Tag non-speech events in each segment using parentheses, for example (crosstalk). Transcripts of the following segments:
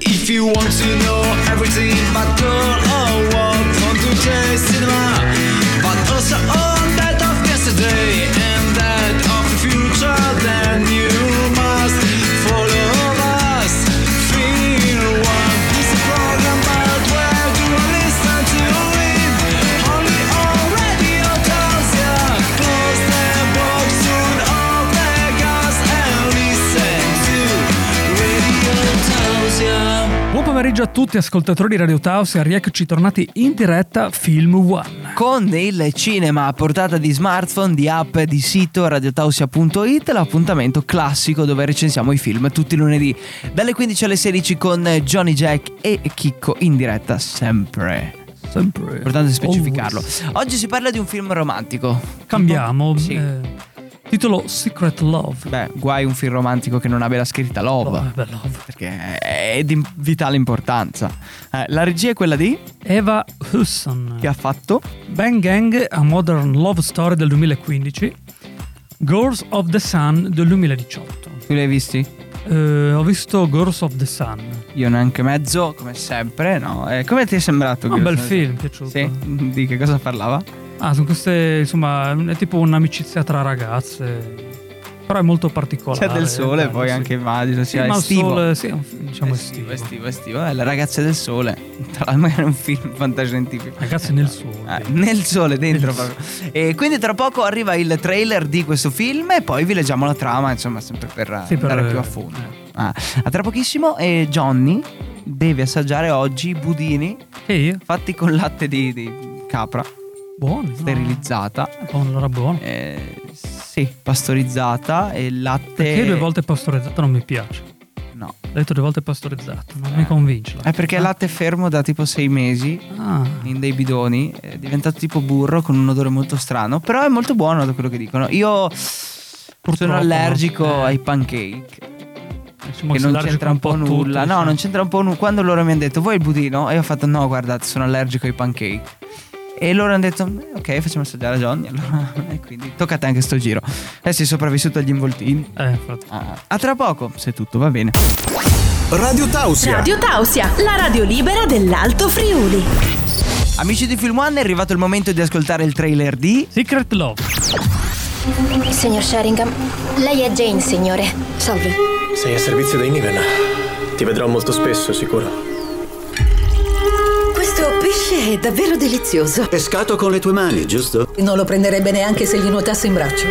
If you want to know everything about girl or what on today's cinema, but also on that of yesterday and that of the future, then you must follow us. Feel one. This is a program about where do I listen to it? Only on Radio Tarsia. Close the box, turn off the gas, and listen to Radio Tarsia. Buon pomeriggio a tutti ascoltatori di Radio Taos e rieccoci tornati in diretta Film One. Con il cinema a portata di smartphone, di app, di sito radiotausia.it, l'appuntamento classico dove recensiamo i film tutti i lunedì dalle 15 alle 16 con Johnny Jack e Chicco in diretta sempre. Sempre. Importante specificarlo. Always. Oggi si parla di un film romantico. Cambiamo. Sì. eh, titolo Secret Love. Beh, guai un film romantico che non abbia la scritta Love. Love, beh, love. Perché è di vitale importanza. Eh, la regia è quella di Eva Husson. che ha fatto Bang Gang, A Modern Love Story del 2015. Girls of the Sun del 2018. Tu li hai visti? Eh, ho visto Girls of the Sun. Io neanche mezzo, come sempre, no? Eh, come ti è sembrato? Ah, Un bel Girls? film, piaciuto. Sì? (laughs) Di che cosa parlava? Ah, sono queste, insomma, è tipo un'amicizia tra ragazze. Però è molto particolare. C'è del sole, bello, poi eh, sì. anche immagino, Sì, sia ma il estivo. sole, sì, è un film, diciamo estivo, estivo. estivo, estivo. Eh, le ragazze del sole. Tra l'altro (laughs) magari è un film fantascientifico. Ragazzi nel sole. Eh, nel sole dentro Nel proprio. E quindi tra poco arriva il trailer di questo film e poi vi leggiamo la trama, insomma, sempre per Sì, per- andare più a fondo. eh. Ah, a tra pochissimo e Johnny deve assaggiare oggi i budini E io? fatti con latte di, di capra Ah. Buono. no? sterilizzata. Buono, allora buono. Eh, sì, pastorizzata e latte. Perché due volte pastorizzato non mi piace. No, Ho detto due volte pastorizzato, non Eh. mi convince. la- è perché il latte fermo da tipo sei mesi Ah, in dei bidoni, è diventato tipo burro con un odore molto strano, però è molto buono da quello che dicono. Io sono no. allergico Eh. ai pancake. diciamo che si non allergico c'entra un po' cioè. a tutto, nulla. no, diciamo. non c'entra un po' nulla. Quando loro mi hanno detto vuoi il budino? E io ho fatto no, guardate, sono allergico ai pancake. E loro hanno detto "Mm, ok, facciamo assaggiare a Johnny. Allora, (laughs) e quindi tocca a te anche sto giro. E sei sopravvissuto agli involtini. Eh, infatti. Ah, a tra poco, se tutto va bene. Radio Tausia. Radio Tausia, la radio libera dell'Alto Friuli. Amici di Film One, è arrivato il momento di ascoltare il trailer di Secret Love. Signor Sheringham, lei è Jane, signore. Salve. Sei a servizio dei Niven. Ti vedrò molto spesso, sicuro. Questo pesce è davvero delizioso. Pescato con le tue mani, giusto? Non lo prenderebbe neanche se gli nuotasse in braccio.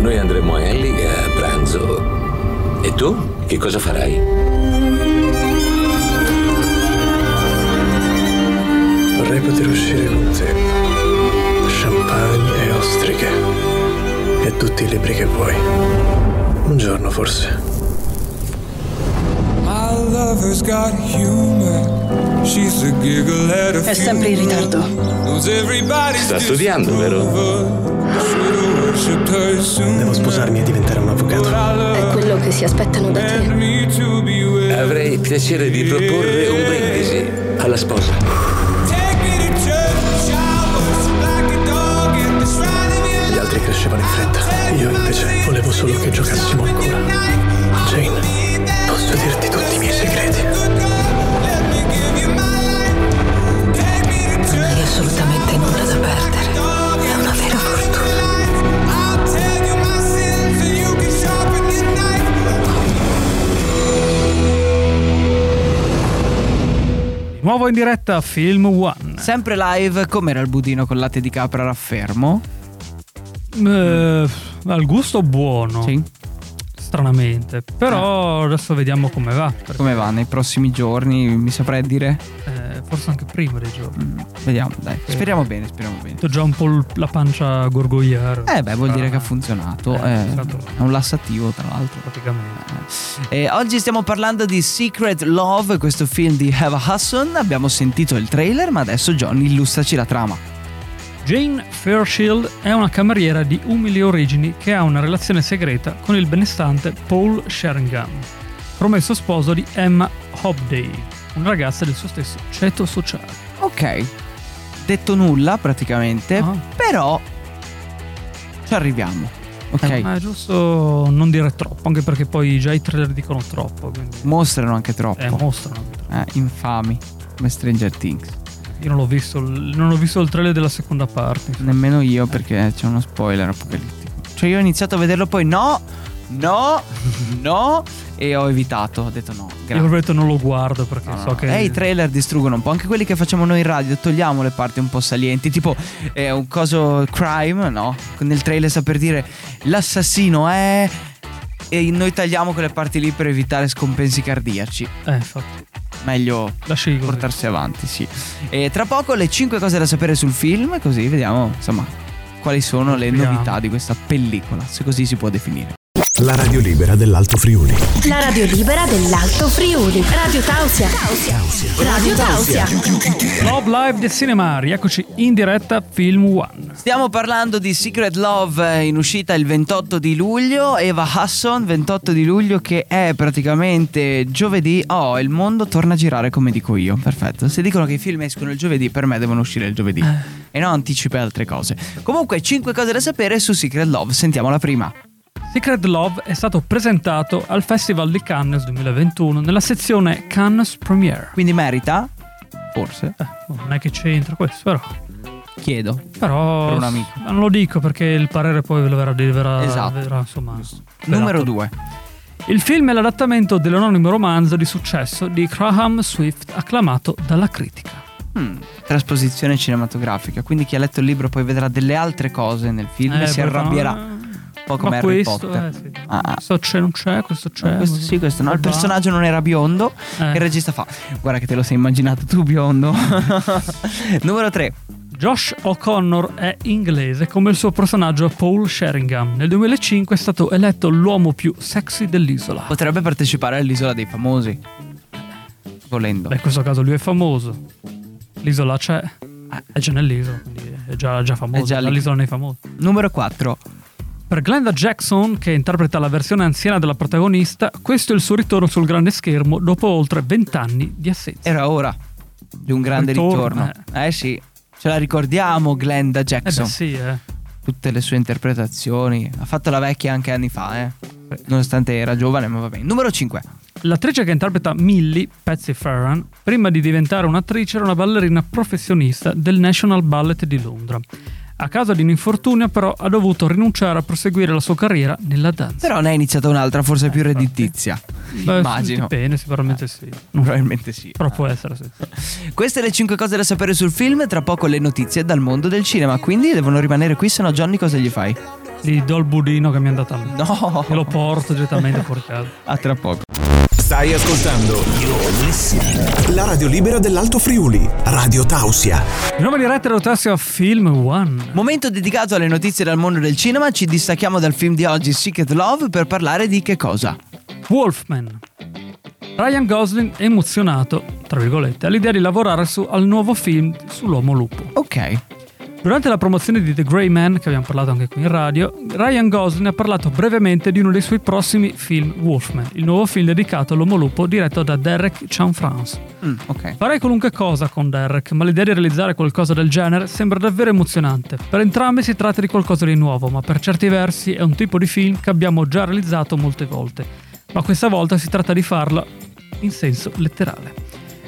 Noi andremo a Ellie a pranzo. E tu che cosa farai? Vorrei poter uscire con te. Champagne e ostriche. E tutti i libri che vuoi. Un giorno forse. My lover's got humor. She's a giggle at a È sempre in ritardo. Knows everybody's Sta studiando, vero? Devo Devo sposarmi e diventare un avvocato. È quello che si aspettano da te. Avrei piacere di proporre un brindisi alla sposa. Gli altri crescevano in fretta. Io invece volevo solo che giocassimo ancora. Jane, posso dirti tutti i miei segreti? Non hai assolutamente nulla da perdere. È una vera fortuna. Di nuovo in diretta Film One. sempre live. Com'era il budino con latte di capra raffermo? Eh, al gusto buono, Sì. Eh. stranamente. Però adesso vediamo come va. perché, Come va nei prossimi giorni? Mi saprei dire? eh, forse anche prima dei giochi. Mm, Vediamo, dai. Speriamo bene, speriamo bene. Ho già un po' l- la pancia a gorgogliare. Eh beh, vuol dire che ha Ah, funzionato. Eh, eh, è stato- è un lassativo, tra l'altro. Praticamente. Eh, oggi stiamo parlando di Secret Love, questo film di Eva Hudson. Abbiamo sentito il trailer, ma adesso Johnny illustraci la trama. Jane Fairchild è una cameriera di umili origini che ha una relazione segreta con il benestante Paul Sheringham, promesso sposo di Emma Hobday, una ragazza del suo stesso ceto sociale. Ok, detto nulla praticamente, Ah. però ci arriviamo. Ok. Eh, ma è giusto non dire troppo, anche perché poi già i trailer dicono troppo. Quindi, Mostrano anche troppo. eh, mostrano. Eh, infami. Come Stranger Things. Io non l'ho visto, il- non ho visto il trailer della seconda parte. Nemmeno io perché c'è uno spoiler apocalittico. Cioè io ho iniziato a vederlo poi no, no, (laughs) no e ho evitato, ho detto no, Io grazie. proprio detto non lo guardo perché so che. Eh, i trailer distruggono un po', anche quelli che facciamo noi in radio, togliamo le parti un po' salienti, tipo eh, un coso crime, no? Nel trailer sa per dire l'assassino è... E noi tagliamo quelle parti lì per evitare scompensi cardiaci. Eh, infatti. Meglio Lasci così. portarsi avanti, sì. E tra poco le 5 cose da sapere sul film, così vediamo, insomma, quali sono le Vediamo. novità di questa pellicola, se così si può definire. La radio libera dell'Alto Friuli. La radio libera dell'Alto Friuli. Radio Tausia. Radio Tausia. Love Live del Cinema, rieccoci in diretta Film One. Stiamo parlando di Secret Love eh, in uscita il 28 di luglio, Eva Hudson 28 di luglio che è praticamente giovedì. Oh, il mondo torna a girare come dico io. Perfetto. Se dicono che i film escono il giovedì, per me devono uscire il giovedì Eh. e non anticipe altre cose. Comunque 5 cose da sapere su Secret Love, sentiamo la prima. Secret Love è stato presentato al Festival di Cannes 2021 nella sezione Cannes Premiere. Quindi merita forse Eh, non è che c'entra questo, però. chiedo. Però. Per un amico. s- Non lo dico perché il parere poi ve lo verrà. verrà Esatto. verrà, insomma, Numero sperato. 2. Il film è l'adattamento dell'anonimo romanzo di successo di Graham Swift, acclamato dalla critica. trasposizione cinematografica, quindi chi ha letto il libro poi vedrà delle altre cose nel film e Eh, si però- arrabbierà. Un po' come Ma Harry questo, Potter. eh, sì. Ah, ah. Questo c'è, non c'è, questo c'è. questo sì, questo no. Eh, Il va. personaggio non era biondo. Eh. Il regista fa: Guarda che te lo sei immaginato tu, biondo. (laughs) Numero 3. Josh O'Connor è inglese come il suo personaggio Paul Sheringham. Nel 2005 è stato eletto l'uomo più sexy dell'isola. Potrebbe partecipare all'isola dei famosi. Volendo. Beh, in questo caso lui è famoso. L'isola c'è. Eh, È già nell'isola, quindi è già, già famoso. È già lì. l'isola nei famosi. Numero 4. Per Glenda Jackson, che interpreta la versione anziana della protagonista, questo è il suo ritorno sul grande schermo dopo oltre 20 anni di assenza. Eh Era ora di un grande Ritorno, ritorno. Eh sì. Ce la ricordiamo, Glenda Eh beh, Jackson. sì, eh. Tutte le sue interpretazioni. Ha fatto la vecchia anche anni fa, eh. Nonostante era giovane, ma va bene. Numero 5. L'attrice che interpreta Millie, Patsy Ferran, prima di diventare un'attrice era una ballerina professionista del National Ballet di Londra. A causa di un infortunio però ha dovuto rinunciare a proseguire la sua carriera nella danza. Però ne è iniziata un'altra, Eh, forse più (laughs) redditizia. Beh, Immagino. Bene, sicuramente sì. Probabilmente sì. Però può essere sì. Queste le 5 cose da sapere sul film, tra poco le notizie dal mondo del cinema, quindi devono rimanere qui, sennò Johnny cosa gli fai? Gli do il budino che mi è andato a me. No! E lo porto direttamente fuori casa. A tra poco. Stai ascoltando la radio libera dell'Alto Friuli, Radio Tausia. Di nuovo in diretta rotassio a Film One. Momento dedicato alle notizie dal mondo del cinema, ci distacchiamo dal film di oggi Secret Love per parlare di che cosa? Wolfman. Ryan Gosling è emozionato, tra virgolette, all'idea di lavorare su- al nuovo film sull'uomo lupo. Ok. Durante la promozione di The Grey Man, che abbiamo parlato anche qui in radio, Ryan Gosling ha parlato brevemente di uno dei suoi prossimi film, Wolfman, il nuovo film dedicato all'uomo lupo diretto da Derek Cianfrance. Mm, ok. Farei qualunque cosa con Derek, ma l'idea di realizzare qualcosa del genere sembra davvero emozionante. Per entrambi si tratta di qualcosa di nuovo, ma per certi versi è un tipo di film che abbiamo già realizzato molte volte. Ma questa volta si tratta di farla in senso letterale.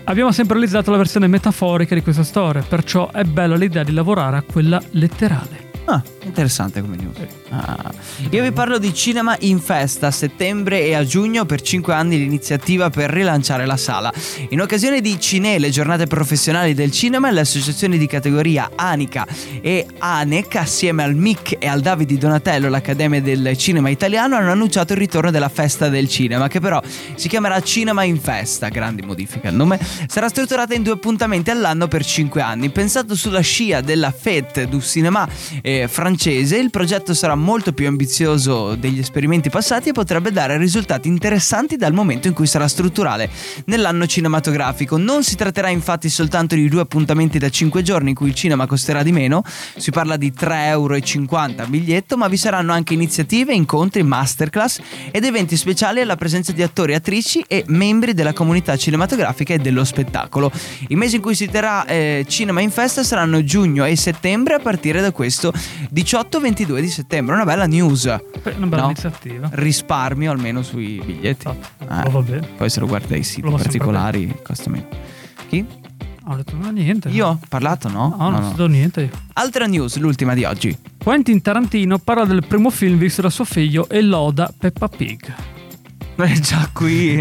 Abbiamo sempre realizzato la versione metaforica di questa storia, perciò è bella l'idea di lavorare a quella letterale. Ah, interessante come news. Ah. Io vi parlo di Cinema in Festa a settembre e a giugno per 5 anni l'iniziativa per rilanciare la sala. In occasione di Cine, le giornate professionali del cinema, le associazioni di categoria Anica e ANEC assieme al MIC e al Davide Donatello, l'Accademia del Cinema Italiano, hanno annunciato il ritorno della festa del cinema, che però si chiamerà Cinema in Festa, grande modifica al nome, sarà strutturata in due appuntamenti all'anno per 5 anni. Pensato sulla scia della Fête du Cinéma eh, francese, il progetto sarà molto più ambizioso degli esperimenti passati e potrebbe dare risultati interessanti dal momento in cui sarà strutturale nell'anno cinematografico. Non si tratterà infatti soltanto di due appuntamenti da 5 giorni in cui il cinema costerà di meno, si parla di 3,50 euro a biglietto, ma vi saranno anche iniziative, incontri, masterclass ed eventi speciali alla presenza di attori, attrici e membri della comunità cinematografica e dello spettacolo. I mesi in cui si terrà eh, Cinema in Festa saranno giugno e settembre a partire da questo 18-22 di settembre, una bella news. Una bella No? iniziativa. Risparmio almeno sui biglietti. Eh, Ah, vabbè. Poi se lo guarda ai siti Lo va sempre particolari costa meno. Chi? Ah, Ho detto no, niente. Io ho parlato, no? Eh. No, non ho detto niente. io. Altra news, l'ultima di oggi. (laughs) Quentin Tarantino parla del primo film visto da suo figlio e loda Peppa Pig. È già qui.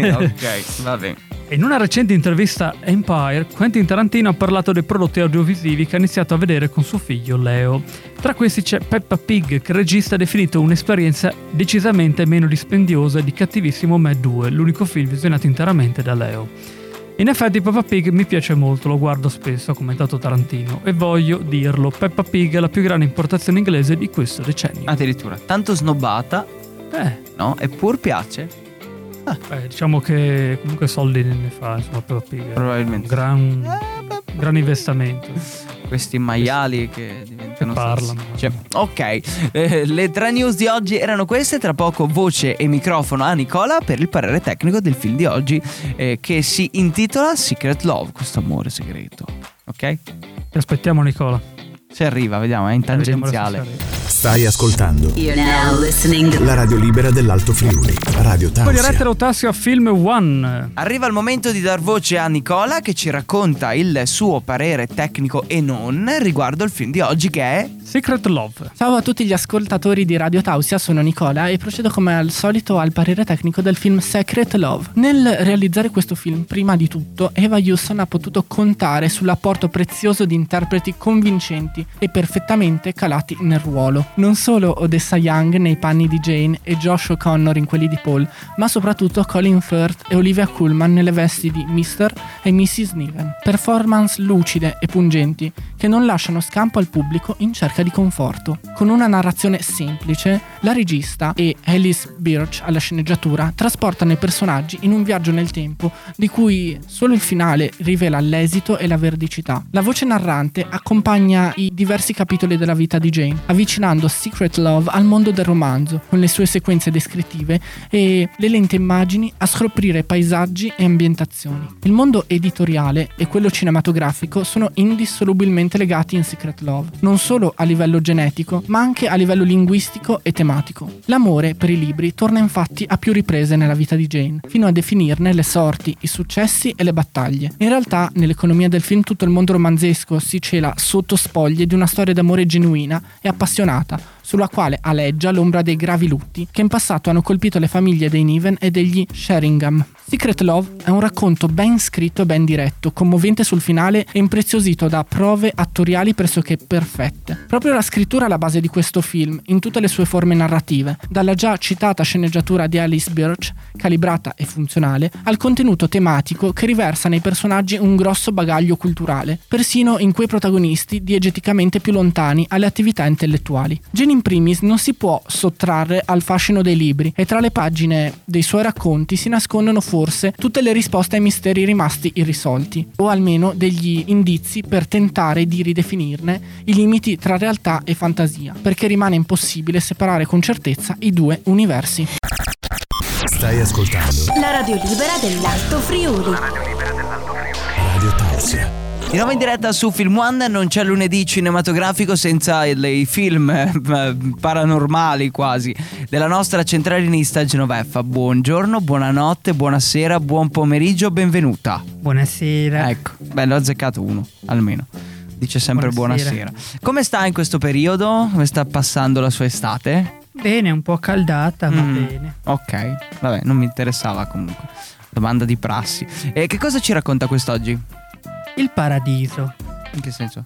(laughs) ok, va bene. In una recente intervista a Empire, Quentin Tarantino ha parlato dei prodotti audiovisivi che ha iniziato a vedere con suo figlio Leo. Tra questi c'è Peppa Pig, che il regista ha definito un'esperienza decisamente meno dispendiosa di Cattivissimo Me 2, l'unico film visionato interamente da Leo. In effetti Peppa Pig mi piace molto, lo guardo spesso, ha commentato Tarantino, e voglio dirlo, Peppa Pig è la più grande importazione inglese di questo decennio. Addirittura, tanto snobbata, Eh, no? Eppur piace. beh, diciamo che comunque soldi ne fa, insomma, Peppa Pig. è Un Probabilmente. gran, gran investimento. Questi maiali che diventano Che parlano. salsicce. Ok, eh, le tre news di oggi erano queste. Tra poco voce e microfono a Nicola per il parere tecnico del film di oggi eh, che si intitola Secret Love, questo amore segreto. Ok? Ti aspettiamo Nicola. Se arriva, vediamo, è in Eh, Vediamo adesso se tangenziale. arriva. Stai ascoltando You're now listening to la radio libera dell'Alto Friuli, Radio Voglio Tausia. lettere Otasio a Film One. Arriva il momento di dar voce a Nicola che ci racconta il suo parere tecnico e non riguardo il film di oggi che è Secret Love. Ciao a tutti gli ascoltatori di Radio Tausia, sono Nicola e procedo come al solito al parere tecnico del film Secret Love. Nel realizzare questo film, prima di tutto, Eva Hewson ha potuto contare sull'apporto prezioso di interpreti convincenti e perfettamente calati nel ruolo. Non solo Odessa Young nei panni di Jane e Josh O'Connor in quelli di Paul, ma soprattutto Colin Firth e Olivia Kuhlman nelle vesti di Mr. e Mrs. Niven. Performance lucide e pungenti che non lasciano scampo al pubblico in cerca di conforto. Con una narrazione semplice, la regista e Alice Birch alla sceneggiatura trasportano i personaggi in un viaggio nel tempo di cui solo il finale rivela l'esito e la veridicità. La voce narrante accompagna i diversi capitoli della vita di Jane, avvicinando Secret Love al mondo del romanzo, con le sue sequenze descrittive e le lente immagini a scoprire paesaggi e ambientazioni. Il mondo editoriale e quello cinematografico sono indissolubilmente legati in Secret Love, non solo a livello genetico, ma anche a livello linguistico e tematico. L'amore per i libri torna infatti a più riprese nella vita di Jane, fino a definirne le sorti, i successi e le battaglie. In realtà, nell'economia del film tutto il mondo romanzesco si cela sotto spoglie di una storia d'amore genuina e appassionata, sulla quale aleggia l'ombra dei gravi lutti che in passato hanno colpito le famiglie dei Niven e degli Sheringham. Secret Love è un racconto ben scritto e ben diretto, commovente sul finale e impreziosito da prove attoriali pressoché perfette. Proprio la scrittura è alla base di questo film, in tutte le sue forme narrative, dalla già citata sceneggiatura di Alice Birch, calibrata e funzionale, al contenuto tematico che riversa nei personaggi un grosso bagaglio culturale, persino in quei protagonisti diegeticamente più lontani alle attività intellettuali. Jane in primis non si può sottrarre al fascino dei libri e tra le pagine dei suoi racconti si nascondono forse tutte le risposte ai misteri rimasti irrisolti, o almeno degli indizi per tentare di ridefinirne i limiti tra realtà e fantasia, perché rimane impossibile separare con certezza i due universi. Stai ascoltando La radio libera dell'Alto Friuli. Radio Tausia. Di nuovo in diretta su Film One non c'è lunedì cinematografico senza il- i film eh, paranormali quasi della nostra centralinista Genoveffa. Buongiorno, buonanotte, buonasera, buon pomeriggio, benvenuta. Buonasera. Ecco, beh, l'ho azzeccato uno, almeno. Dice sempre buonasera. Buonasera. Come sta in questo periodo? Come sta passando la sua estate? Bene, un po' accaldata, Mm, va bene. Ok, vabbè, non mi interessava comunque. Domanda di prassi. E che cosa ci racconta quest'oggi? Il paradiso. In che senso?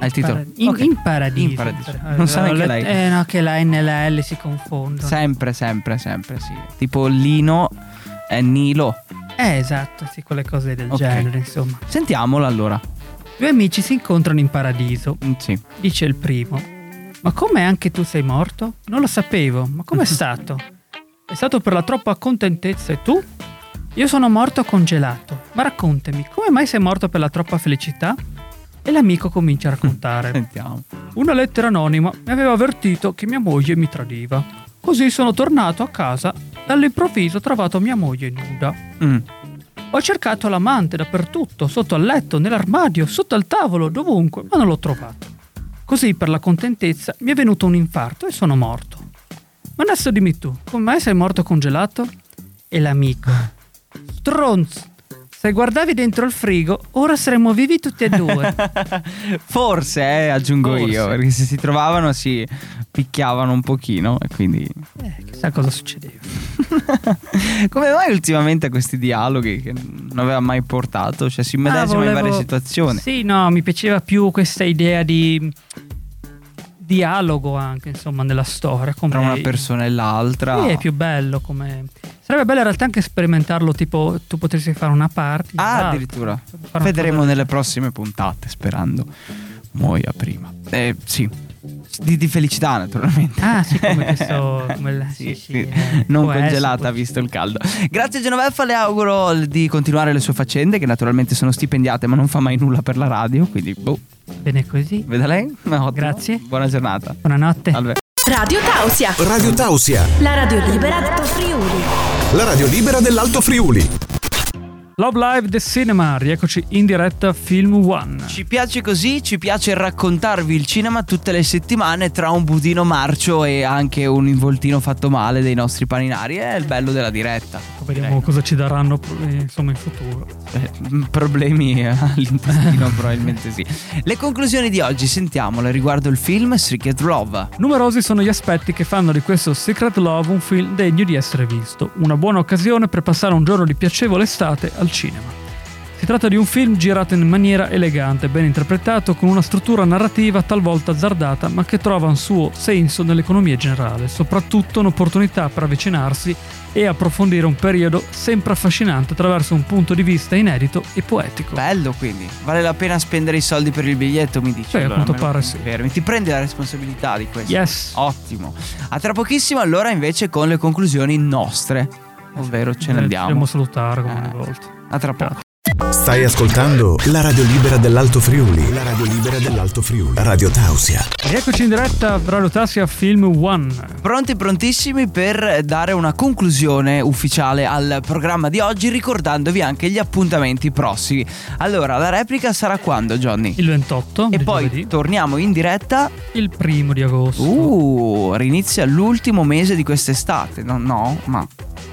Ah, il titolo? Para- in, Ok. in paradiso. In paradiso. Eh, Non sa ho neanche let- lei. Eh no, che la N e la L si confondono. Sempre, sempre, sempre, sì. Tipo Lino e Nilo. Eh esatto, sì, quelle cose del Ok. genere, insomma. Sentiamolo allora. Due amici si incontrano in paradiso. Mm, Sì. Dice il primo: Ma come anche tu sei morto? Non lo sapevo, ma com'è stato? È stato per la troppa contentezza e tu? Io sono morto congelato, ma raccontami, come mai sei morto per la troppa felicità? E l'amico comincia a (laughs) raccontare. Sentiamo. Una lettera anonima mi aveva avvertito che mia moglie mi tradiva. Così sono tornato a casa e all'improvviso ho trovato mia moglie nuda. Mm. Ho cercato l'amante dappertutto, sotto al letto, nell'armadio, sotto al tavolo, dovunque, ma non l'ho trovato. Così per la contentezza mi è venuto un infarto e sono morto. Ma adesso dimmi tu, con me sei morto congelato? E l'amico. Stronz! Se guardavi dentro il frigo, ora saremmo vivi tutti e due. (laughs) Forse, eh, aggiungo io, perché se si trovavano si picchiavano un pochino e quindi... (laughs) Eh, chissà cosa succedeva. Come mai ultimamente a questi dialoghi che non aveva mai portato? Cioè si medesima in Ah, volevo- varie situazioni. Sì, no, mi piaceva più questa idea di dialogo anche, insomma, nella storia. Come... Tra una persona e l'altra. Eh. Sì, è più bello come... Sarebbe bello in realtà anche sperimentarlo, tipo tu potresti fare una parte. Ah, addirittura. una Vedremo nelle prossime puntate, sperando muoia prima. Eh, sì. Di, di felicità, naturalmente. Ah, sì, (laughs) come questo... Come la- eh, Sì, non può congelata visto il caldo. Grazie Genoveffa, le auguro di continuare le sue faccende che naturalmente sono stipendiate ma non fa mai nulla per la radio, quindi boh. Bene così. Veda lei? Grazie. Buona giornata. Buonanotte. Radio Tausia. Radio Tausia, La radio libera d'Alto Friuli. la radio libera dell'Alto Friuli. Love Live The Cinema, rieccoci in diretta Film One. Ci piace così, ci piace raccontarvi il cinema tutte le settimane tra un budino marcio e anche un involtino fatto male dei nostri paninari. È il bello della diretta. Vediamo cosa ci daranno eh, insomma in futuro. Eh, m, problemi eh, (laughs) all'intestino probabilmente sì. Le conclusioni di oggi sentiamole riguardo il film Secret Love. Numerosi sono gli aspetti che fanno di questo Secret Love un film degno di essere visto, una buona occasione per passare un giorno di piacevole estate al cinema. Si tratta di un film girato in maniera elegante, ben interpretato, con una struttura narrativa talvolta azzardata, ma che trova un suo senso nell'economia generale, soprattutto un'opportunità per avvicinarsi e approfondire un periodo sempre affascinante attraverso un punto di vista inedito e poetico. Bello quindi, vale la pena spendere i soldi per il biglietto, mi dici. Sì, a quanto almeno pare ti fermi. Ti prendi la responsabilità di questo. Yes. Ottimo. A tra pochissimo allora invece con le conclusioni nostre, ovvero ce ne Eh, andiamo. dobbiamo salutare come ogni volta. A tra poco. Stai ascoltando la radio libera dell'Alto Friuli. La radio libera dell'Alto Friuli. Radio Tausia. Rieccoci in diretta Radio Tassia Film One. Pronti, prontissimi per dare una conclusione ufficiale al programma di oggi, ricordandovi anche gli appuntamenti prossimi. Allora, la replica sarà quando, Johnny? Il 28. E poi torniamo in diretta. Il primo di agosto. Uh, rinizia l'ultimo mese di quest'estate. No, no, ma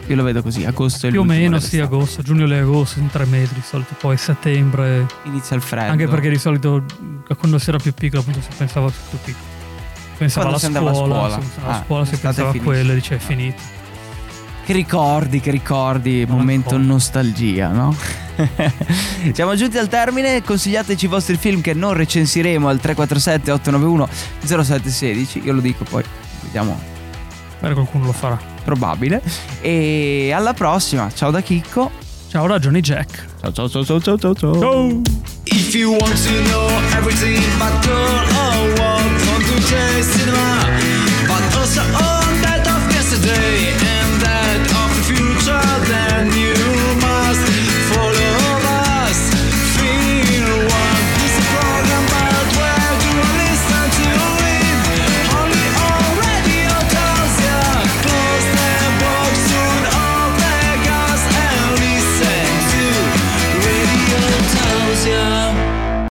io lo vedo così. Agosto è Più o l'ultimo meno sì, dell'estate. agosto, giugno e agosto sono tre mesi di solito, poi settembre. Inizia il freddo. Anche perché di solito quando si era più piccolo appunto si pensava a tutto piccolo. Pensava Quando alla si andava scuola, a si scuola. pensava alla Ah, scuola, si l'estate pensava a finisce. quello, dice è finito. Che ricordi, che ricordi, momento nostalgia, (laughs) no? Siamo giunti al termine, consigliateci i vostri film che non recensiremo al 347 891 0716, io lo dico poi, vediamo, Magari qualcuno lo farà. probabile. E alla prossima, ciao da Chicco. Ciao da Johnny Jack. Ciao ciao ciao ciao ciao ciao. ciao. If you want oh, to know everything about girl or war,